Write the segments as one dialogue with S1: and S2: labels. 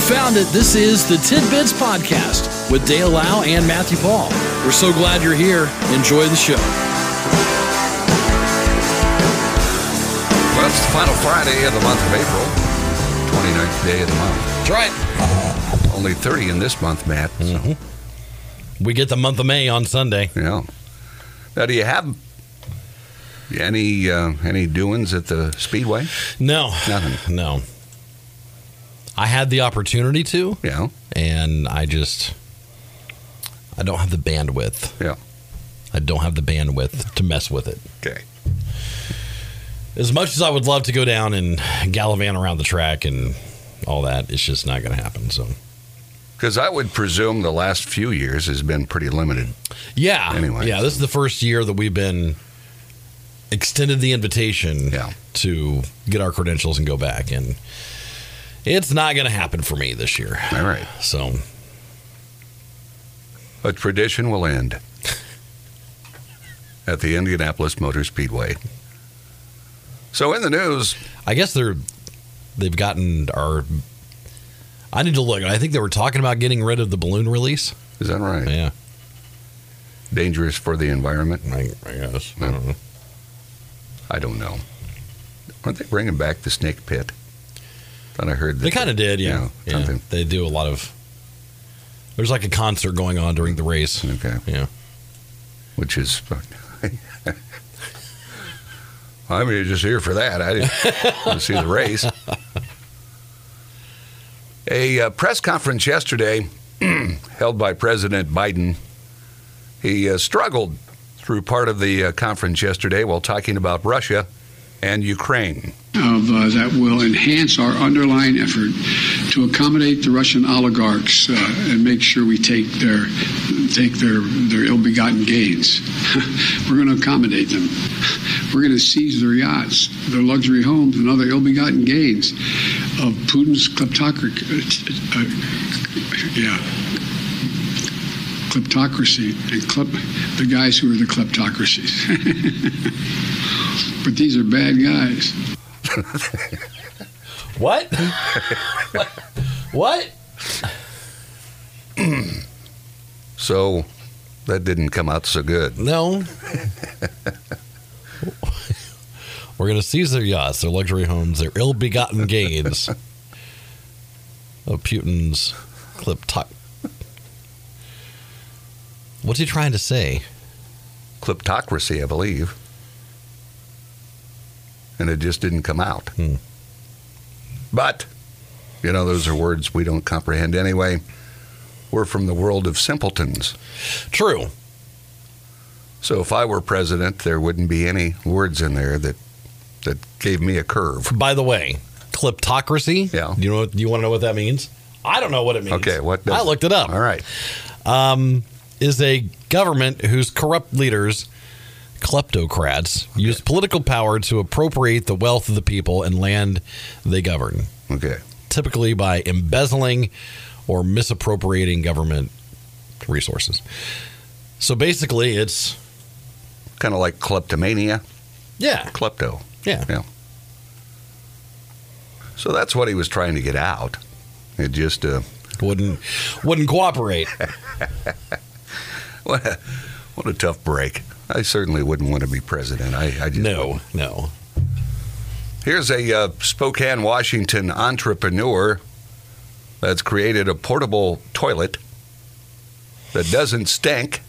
S1: found it. This is the Tidbits Podcast with Dale Lau and Matthew Paul. We're so glad you're here. Enjoy the show.
S2: Well, it's the final Friday of the month of April, 29th day of the month.
S1: That's right.
S2: Only 30 in this month, Matt. So,
S3: We get the month of May on Sunday.
S2: yeah. Now, do you have any uh, any doings at the Speedway?
S3: No,
S2: Nothing.
S3: no. I had the opportunity to,
S2: Yeah.
S3: and I just I don't have the bandwidth.
S2: Yeah.
S3: I don't have the bandwidth to mess with it.
S2: Okay.
S3: As much as I would love to go down and gallivant around the track and all that, it's just not going to happen. So,
S2: Because I would presume the last few years has been pretty limited.
S3: yeah,
S2: Anyway,
S3: yeah. This
S2: so-
S3: is the first year that we've been extended the invitation
S2: Yeah.
S3: to get our credentials and go back, and it's not going to happen for me this year.
S2: All right.
S3: So,
S2: A tradition will end at the Indianapolis Motor Speedway. So, in the news,
S3: I guess they're they've gotten our. I need to look. I think they were talking about getting rid of the balloon release.
S2: is that right?
S3: Yeah,
S2: Dangerous for the environment?
S3: I, I guess. I don't know.
S2: I don't know. Aren't they bringing back the snake pit? Thought I heard that.
S3: They kind of did. Yeah,
S2: Yeah,
S3: Yeah.
S2: something.
S3: They do a lot of. There's like a concert going on during the race.
S2: Okay,
S3: Yeah,
S2: which is. I mean, you're just here for that. I didn't want to see the race. A uh, press conference yesterday held by President Biden. He uh, struggled through part of the uh, conference yesterday while talking about Russia and Ukraine.
S4: of uh, that will enhance our underlying effort to accommodate the Russian oligarchs uh, and make sure we take their take their their ill-begotten gains. We're going to accommodate them. We're going to seize their yachts, their luxury homes, and other ill-begotten gains of Putin's kleptocracy. Uh, yeah. Kleptocracy and klep, the guys who are the kleptocracies. but these are bad guys.
S3: What? what?
S2: So that didn't come out so good.
S3: No. We're gonna seize their yachts, their luxury homes, their ill-begotten gains of Putin's clip talk. What's he trying to say?
S2: kleptocracy, I believe. And it just didn't come out.
S3: Hmm.
S2: But, you know, those are words we don't comprehend anyway. We're from the world of simpletons.
S3: True.
S2: So if I were president, there wouldn't be any words in there that that gave me a curve.
S3: By the way, kleptocracy.
S2: Yeah.
S3: You know. You want to know what that means? I don't know what it means.
S2: Okay, what does
S3: I looked it up.
S2: All right.
S3: um, is a government whose corrupt leaders, kleptocrats, use political power to appropriate the wealth of the people and land they govern,
S2: Okay.
S3: typically by embezzling or misappropriating government resources. So basically, it's
S2: Kind of like kleptomania,
S3: yeah,
S2: klepto.
S3: yeah,
S2: Yeah. So that's what he was trying to get out. It just uh,
S3: wouldn't wouldn't cooperate.
S2: What a, what a tough break. I certainly wouldn't want to be president. I, I just,
S3: No, no.
S2: Here's a uh, Spokane, Washington entrepreneur that's created a portable toilet that doesn't stink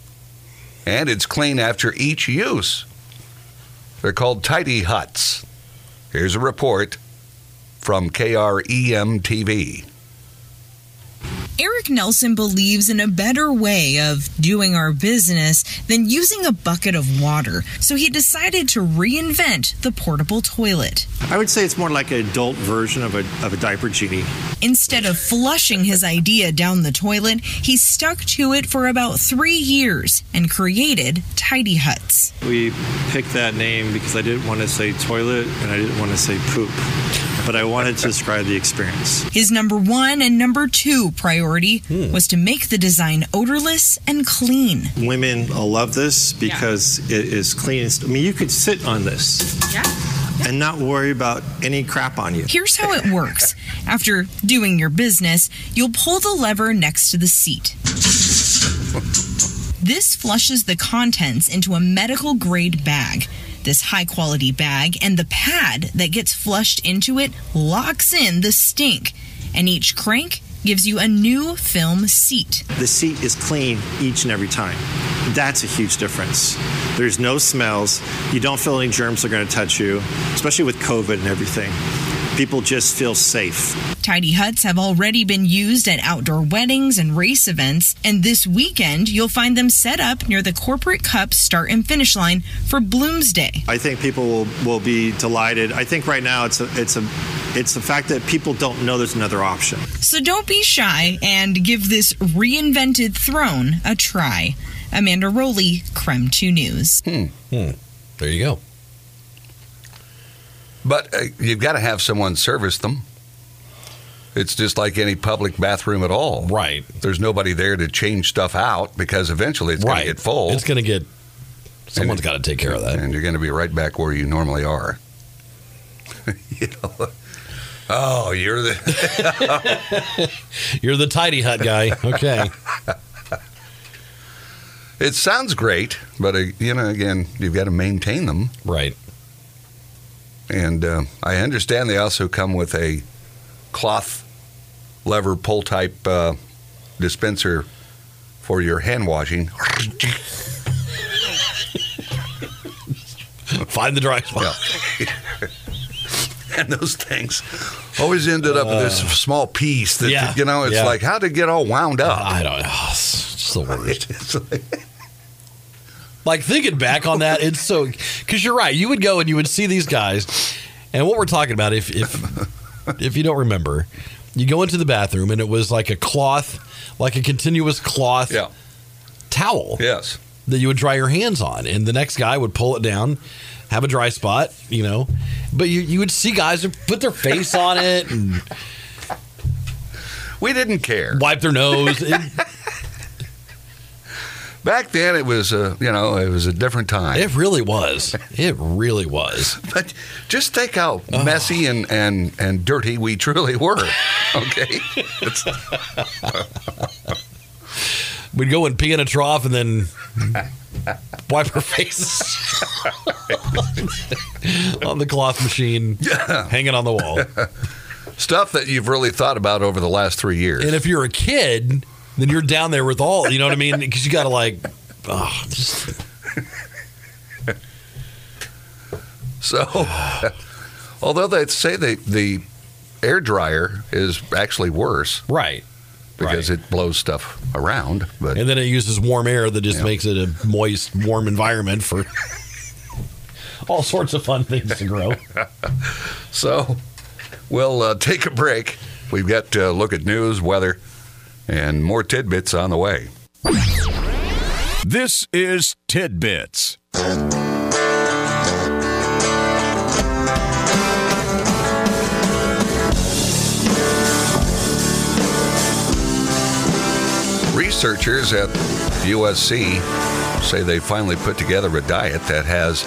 S2: and it's clean after each use. They're called tidy huts. Here's a report from E KREM TV.
S5: Eric Nelson believes in a better way of doing our business than using a bucket of water, so he decided to reinvent the portable toilet.
S6: I would say it's more like an adult version of a, of a diaper genie.
S5: Instead of flushing his idea down the toilet, he stuck to it for about three years and created Tidy Huts.
S6: We picked that name because I didn't want to say toilet and I didn't want to say poop, but I wanted to describe the experience.
S5: His number one and number two priority was to make the design odorless and clean.
S6: Women will love this because it is clean. I mean, you could sit on this.
S7: Yeah.
S6: and not worry about any crap on you.
S5: Here's how it works. After doing your business, you'll pull the lever next to the seat. This flushes the contents into a medical grade bag. This high quality bag and the pad that gets flushed into it locks in the stink, and each crank gives you a new film seat.
S6: The seat is clean each and every time. That's a huge difference. There's no smells. You don't feel any germs are going to touch you, especially with COVID and everything. People just feel safe.
S5: Tidy huts have already been used at outdoor weddings and race events, and this weekend you'll find them set up near the Corporate Cup start and finish line for Bloomsday.
S6: I think people will, will be delighted. I think right now it's a, it's a it's the fact that people don't know there's another option.
S5: So don't be shy and give this reinvented throne a try. Amanda Rowley, Creme 2 News.
S3: There you go.
S2: But uh, you've got to have someone service them. It's just like any public bathroom at all.
S3: Right.
S2: There's nobody there to change stuff out because eventually it's
S3: right.
S2: going to get full.
S3: It's going to get. Someone's got to take care of that.
S2: and you're going to be right back where you normally are. you know, oh, you're the
S3: You're the tidy hut guy. Okay.
S2: It sounds great, but uh, you know, again, you've got to maintain them.
S3: right.
S2: And uh, I understand they also come with a cloth lever pull type uh, dispenser for your hand washing.
S3: Find the dry spot.
S2: and those things always ended up with this small piece that
S3: Uh. yeah,
S2: you know it's
S3: yeah.
S2: like how to get all wound up
S3: I don't know. It's just the worst.
S2: It's like-
S3: Like thinking back on that, it's so because you're right. You would go and you would see these guys, and what we're talking about, if if if you don't remember, you go into the bathroom and it was like a cloth, like a continuous cloth
S2: yeah
S3: towel
S2: yes
S3: that you would dry your hands on, and the next guy would pull it down, have a dry spot, you know, but you you would see guys who put their face on it and
S2: we didn't care
S3: wipe their nose. It,
S2: back then it was a you know it was a different time
S3: it really was. It really was.
S2: but just think how messy and and and dirty we truly were okay It's-
S3: We'd go and pee in a trough and then wipe our faces on the cloth machine hanging on the wall.
S2: stuff that you've really thought about over the last three years
S3: And if you're a kid, then you're down there with all, you know what I mean? Because you got to like, oh, just,
S2: so although they say they the air dryer is actually worse
S3: right.
S2: because
S3: Right.
S2: it blows stuff around but
S3: And then it uses warm air that just
S2: Yeah.
S3: makes it a moist, warm environment for all sorts of fun things to grow.
S2: So we'll uh, take a break. We've got to look at news, weather, and more tidbits on the way.
S7: This is Tidbits.
S2: Researchers at USC say they finally put together a diet that has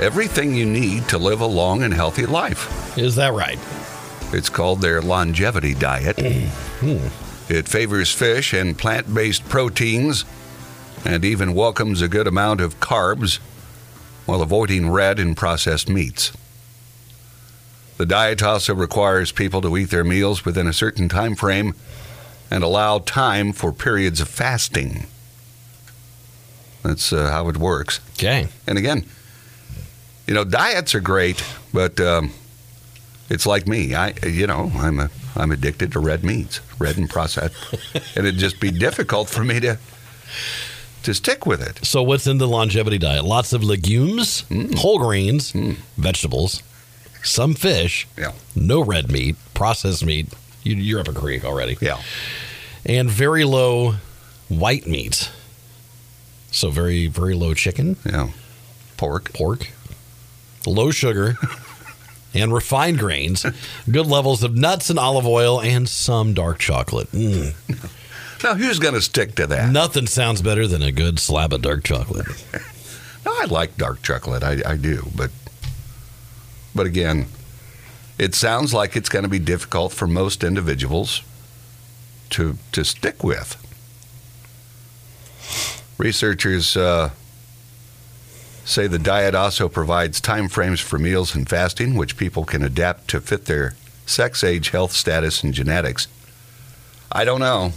S2: everything you need to live a long and healthy life.
S3: Is that right?
S2: It's called their longevity diet. it favors fish and plant based proteins and even welcomes a good amount of carbs while avoiding red and processed meats. The diet also requires people to eat their meals within a certain time frame and allow time for periods of fasting. That's uh, how it works.
S3: Okay.
S2: And again, you know, diets are great, but um, it's like me. I, you know, I'm a, I'm addicted to red meats, red and processed, and it'd just be difficult for me to to stick with it.
S3: So, what's in the longevity diet? Lots of legumes,
S2: Mm.
S3: whole grains, vegetables, some fish,
S2: Yeah,
S3: no red meat, processed meat. You, you're up a creek already.
S2: yeah.
S3: And very low white meat. So, very, very low chicken,
S2: Yeah. Pork.
S3: pork, low sugar, and refined grains. Good levels of nuts and olive oil and some dark chocolate. Mm.
S2: Now, who's going to stick to that? No.
S3: Nothing sounds better than a good slab of dark chocolate.
S2: I like dark chocolate. I, I do, but But again, it sounds like it's going to be difficult for most individuals to to stick with. Researchers uh, say the diet also provides time frames for meals and fasting, which people can adapt to fit their sex, age, health status, and genetics. I don't know.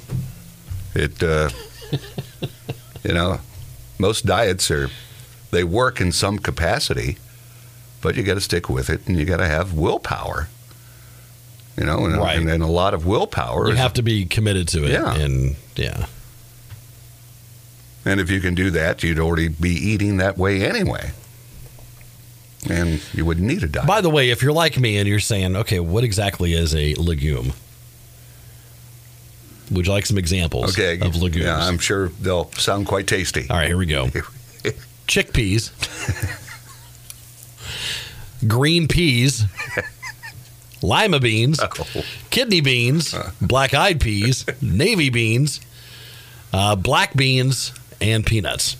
S2: It, uh, you know, most diets are they work in some capacity, but you got to stick with it, and you got to have willpower. You know, and,
S3: Right.
S2: and, and a lot of willpower.
S3: You
S2: is-
S3: have to be committed to it.
S2: Yeah.
S3: And yeah.
S2: and if you can do that, you'd already be eating that way anyway, and you wouldn't need a diet.
S3: By the way, if you're like me and you're saying, okay, what exactly is a legume? Would you like some examples
S2: okay,
S3: of legumes?
S2: yeah, I'm sure they'll sound quite tasty.
S3: All right, here we go. Chickpeas, green peas, lima beans,
S2: Oh.
S3: kidney beans, black eyed peas, navy beans, uh, black beans, and peanuts.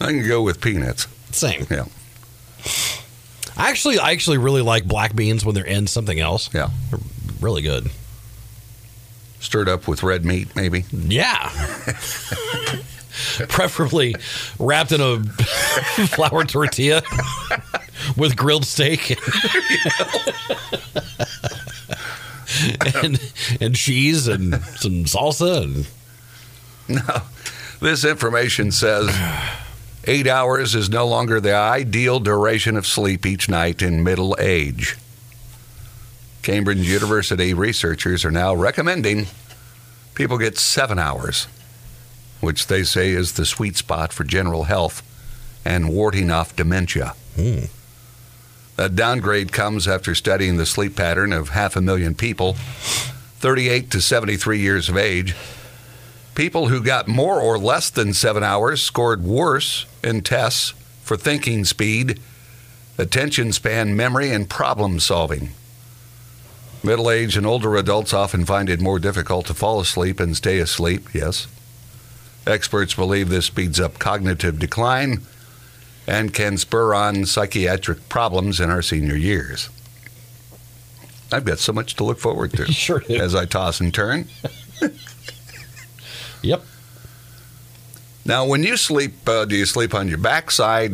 S2: I can go with peanuts.
S3: Same.
S2: Yeah,
S3: I actually, I actually really like black beans when they're in something else.
S2: yeah.
S3: They're really good.
S2: Stirred up with red meat, maybe.
S3: Yeah. Preferably wrapped in a flour tortilla with grilled steak and, and cheese and some salsa. And
S2: This information says eight hours is no longer the ideal duration of sleep each night in middle age. Cambridge University researchers are now recommending people get seven hours, which they say is the sweet spot for general health and warding off dementia. That downgrade comes after studying the sleep pattern of half a million people, 38 to 73 years of age. People who got more or less than seven hours scored worse in tests for thinking speed, attention span, memory, and problem solving. Middle aged and older adults often find it more difficult to fall asleep and stay asleep, yes. Experts believe this speeds up cognitive decline and can spur on psychiatric problems in our senior years. I've got so much to look forward to
S3: Sure do.
S2: as I toss and turn.
S3: yep.
S2: Now, when you sleep, uh, do you sleep on your backside,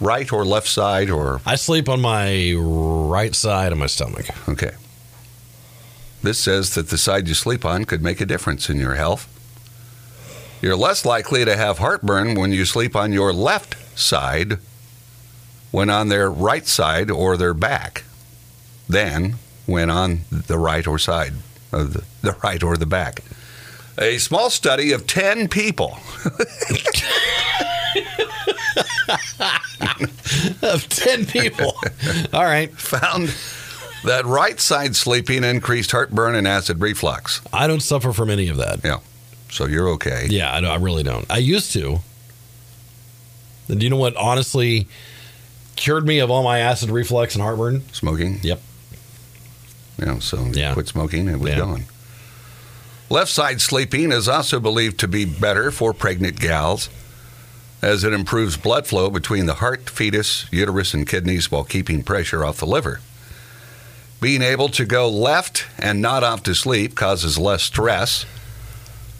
S2: right or left side, or
S3: I sleep on my right side of my stomach.
S2: okay? This says that the side you sleep on could make a difference in your health. You're less likely to have heartburn when you sleep on your left side when on their right side or their back than when on the right or side of the, the right or the back. A small study of 10 people
S3: Of 10 people. All right.
S2: found that right side sleeping increased heartburn and acid reflux.
S3: I don't suffer from any of that.
S2: Yeah. So you're okay.
S3: Yeah, I, don't- I really don't. I used to. And do you know what honestly cured me of all my acid reflux and heartburn?
S2: Smoking?
S3: Yep.
S2: Yeah. So you
S3: Yeah.
S2: quit smoking and it was
S3: Yeah.
S2: gone. Left side sleeping is also believed to be better for pregnant gals as it improves blood flow between the heart, fetus, uterus, and kidneys while keeping pressure off the liver. Being able to go left and not off to sleep causes less stress,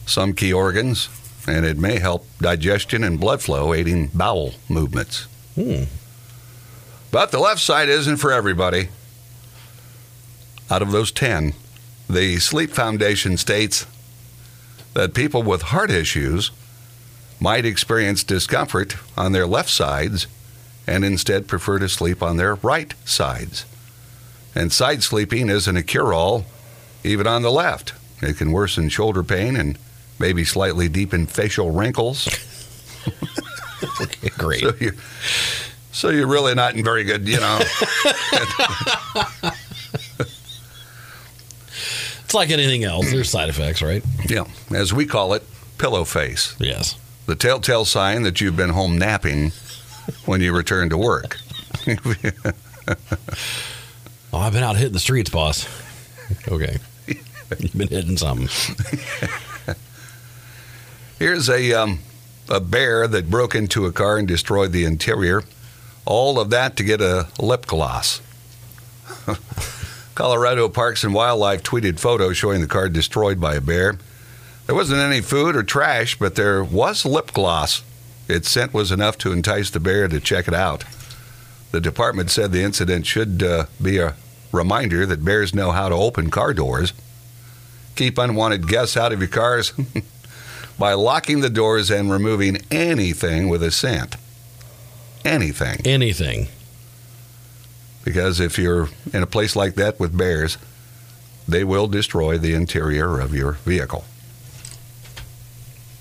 S2: some key organs, and it may help digestion and blood flow, aiding bowel movements.
S3: Hmm.
S2: But the left side isn't for everybody. Out of those 10, the Sleep Foundation states that people with heart issues might experience discomfort on their left sides and instead prefer to sleep on their right sides. And side sleeping isn't a cure all, even on the left. It can worsen shoulder pain and maybe slightly deepen facial wrinkles.
S3: Great.
S2: So you, so you're really not in very good, you know.
S3: It's like anything else. There's side effects, right?
S2: yeah, as we call it, pillow face.
S3: Yes.
S2: The telltale sign that you've been home napping when you return to work.
S3: Oh, I've been out hitting the streets, boss. Okay. You've been hitting something.
S2: Here's a um, a bear that broke into a car and destroyed the interior All of that to get a lip gloss. Colorado Parks and Wildlife tweeted photos showing the car destroyed by a bear. There wasn't any food or trash, but there was lip gloss. Its scent was enough to entice the bear to check it out. The department said the incident should uh, be a reminder that bears know how to open car doors. Keep unwanted guests out of your cars by locking the doors and removing anything with a scent. Anything.
S3: Anything.
S2: Because if you're in a place like that with bears, they will destroy the interior of your vehicle.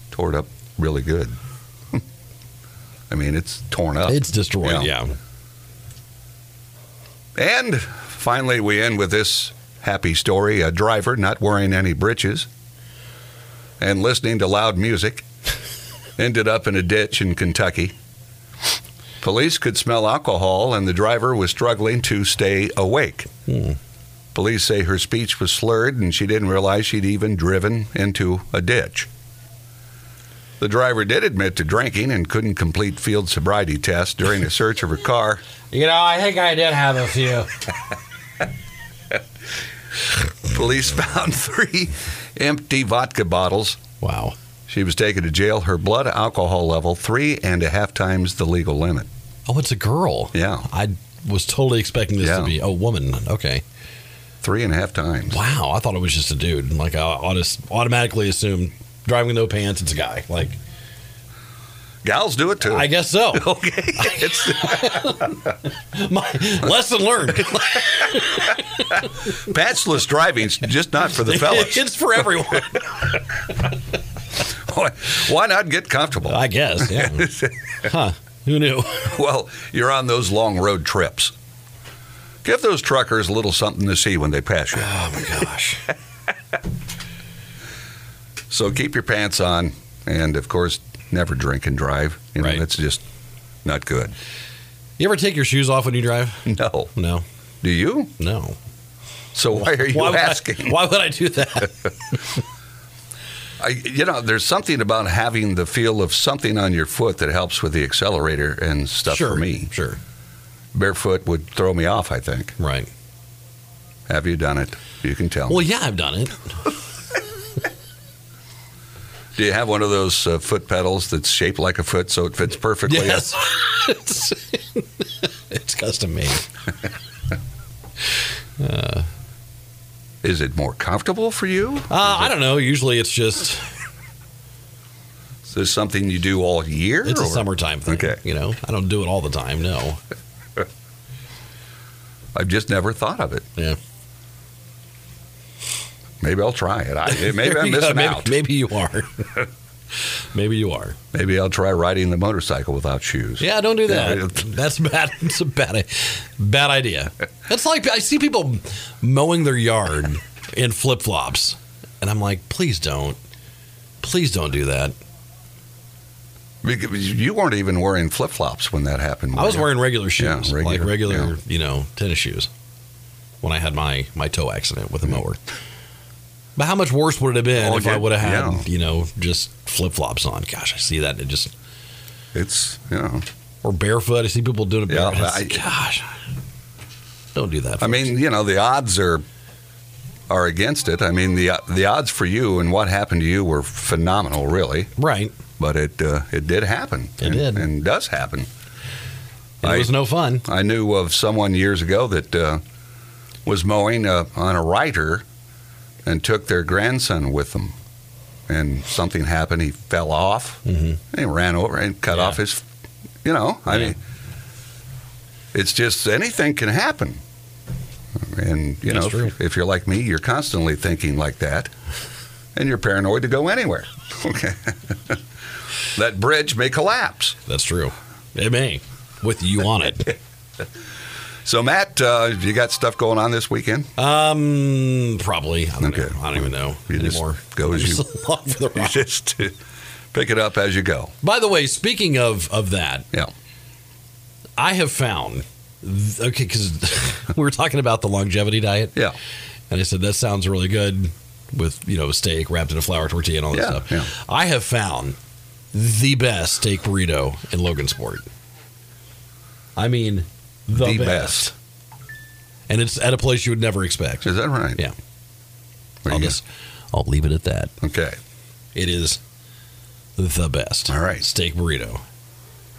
S2: Tore it up really good. I mean, it's torn up.
S3: It's destroyed.
S2: Yeah.
S3: Uh, Yeah.
S2: And finally, we end with this happy story a driver not wearing any britches and listening to loud music ended up in a ditch in Kentucky. Police could smell alcohol, and the driver was struggling to stay awake.
S3: Hmm.
S2: Police say her speech was slurred and she didn't realize she'd even driven into a ditch. The driver did admit to drinking and couldn't complete field sobriety tests during a search of her car.
S3: You know, I think I did have a few.
S2: Police found three empty vodka bottles.
S3: Wow.
S2: She was taken to jail. Her blood alcohol level three and a half times the legal limit.
S3: Oh, it's a girl.
S2: Yeah,
S3: I was totally expecting this
S2: Yeah.
S3: to be a woman. Okay.
S2: three and a half times.
S3: Wow. I thought it was just a dude. Like I autos- automatically assumed driving with no pants, it's a guy. Like
S2: Gals do it too.
S3: I guess so.
S2: okay, it's,
S3: My lesson learned.
S2: patchless driving's just not for the fellas.
S3: it's for everyone.
S2: Why not get comfortable?
S3: I guess. Yeah. Huh. Who knew?
S2: Well, you're on those long road trips. Give those truckers a little something to see when they pass you.
S3: Oh my gosh.
S2: So keep your pants on, and of course, never drink and drive. You know,
S3: Right.
S2: That's just not good.
S3: You ever take your shoes off when you drive?
S2: No,
S3: No.
S2: do you?
S3: No.
S2: So why are you
S3: would I-
S2: asking?
S3: why would I do that?
S2: I, you know, there's something about having the feel of something on your foot that helps with the accelerator and stuff
S3: sure.
S2: for me.
S3: Sure.
S2: Barefoot would throw me off. I think.
S3: Right.
S2: Have you done it? You can tell.
S3: Well,
S2: me.
S3: yeah, I've done it.
S2: Oh, Do you have one of those uh, foot pedals that's shaped like a foot, so it fits perfectly?
S3: Yes. it's, it's custom made.
S2: Is it more comfortable for you?
S3: Uh, I don't know. Usually it's just,
S2: Is this something you do all year?
S3: it's a
S2: or-
S3: summertime thing.
S2: Okay.
S3: You know, I don't do it all the time. No.
S2: I've just never thought of it.
S3: Yeah.
S2: Maybe I'll try it. I, maybe I'm
S3: You gotta-
S2: missing
S3: maybe,
S2: out.
S3: Maybe you are. maybe you are.
S2: Maybe I'll try riding the motorcycle without shoes.
S3: Yeah, don't do that.
S2: Yeah, it-
S3: That's bad. It's a bad, bad idea. That's like I see people mowing their yard in flip flops, and I'm like, please don't, please don't do that.
S2: Because You weren't even wearing flip flops when that happened.
S3: I
S2: were
S3: was
S2: you?
S3: wearing regular shoes,
S2: Yeah,
S3: like
S2: regular,
S3: regular,
S2: yeah.
S3: you know, tennis shoes, when I had my my toe accident with a mower. But how much worse would it have been
S2: Oh,
S3: if
S2: yeah,
S3: I would have had,
S2: yeah.
S3: you know, just flip flops on? Gosh, I see that and it just
S2: It's you know.
S3: or barefoot. I see people doing it
S2: Yeah,
S3: barefoot. It's-
S2: I-
S3: gosh, don't do that.
S2: I mean, you know, the odds are are against it. I mean, the the odds for you and what happened to you were phenomenal, really.
S3: right?
S2: But it uh, it did happen.
S3: It
S2: and,
S3: did.
S2: and does happen.
S3: It
S2: I-
S3: was no fun.
S2: I knew of someone years ago that uh, was mowing uh, on a rider and took their grandson with them. And something happened. He fell off.
S3: Mhm.
S2: And he ran over and cut
S3: Yeah.
S2: off his, you know, I
S3: Yeah.
S2: mean, it's just anything can happen. And, you
S3: That's
S2: know,
S3: true.
S2: if, if you're like me, you're constantly thinking like that and you're paranoid to go anywhere. Okay. that bridge may collapse.
S3: That's true. It may, with you on it.
S2: So, Matt, uh, you got stuff going on this weekend?
S3: Um, probably. I don't
S2: Okay.
S3: know. I don't even know
S2: You just
S3: anymore.
S2: go as
S3: I'm
S2: you-
S3: just along for the
S2: You
S3: ride.
S2: just uh, pick it up as you go.
S3: By the way, speaking of of that,
S2: Yeah.
S3: I have found th- okay because we were talking about the longevity diet,
S2: Yeah.
S3: and I said that sounds really good with you know steak wrapped in a flour tortilla and all that
S2: Yeah,
S3: stuff.
S2: yeah.
S3: I have found the best steak burrito in Logan Sport. I mean, the,
S2: The
S3: best. And it's at a place you would never expect.
S2: Is that right?
S3: Yeah.
S2: There
S3: I'll
S2: you go.
S3: just, I'll leave it at that.
S2: Okay.
S3: It is the best.
S2: All right.
S3: Steak burrito.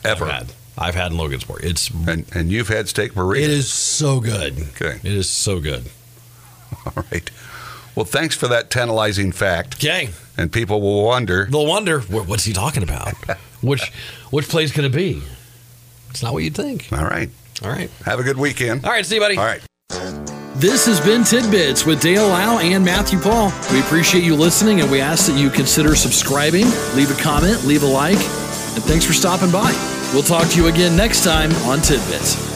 S2: Ever.
S3: I've had. I've had in Logansport. It's
S2: And and you've had steak burrito.
S3: it is so good.
S2: Okay.
S3: It is so good.
S2: All right. Well, thanks for that tantalizing fact.
S3: Okay.
S2: And people will wonder.
S3: They'll wonder "Wha- what's he talking about? which which place could it be? It's not what you'd think.
S2: All right.
S3: All right.
S2: Have a good weekend.
S3: All right, see you, buddy.
S2: All right.
S1: This has been Tidbits with Dale Lau and Matthew Paul. We appreciate you listening and we ask that you consider subscribing, leave a comment, leave a like, and thanks for stopping by. We'll talk to you again next time on Tidbits.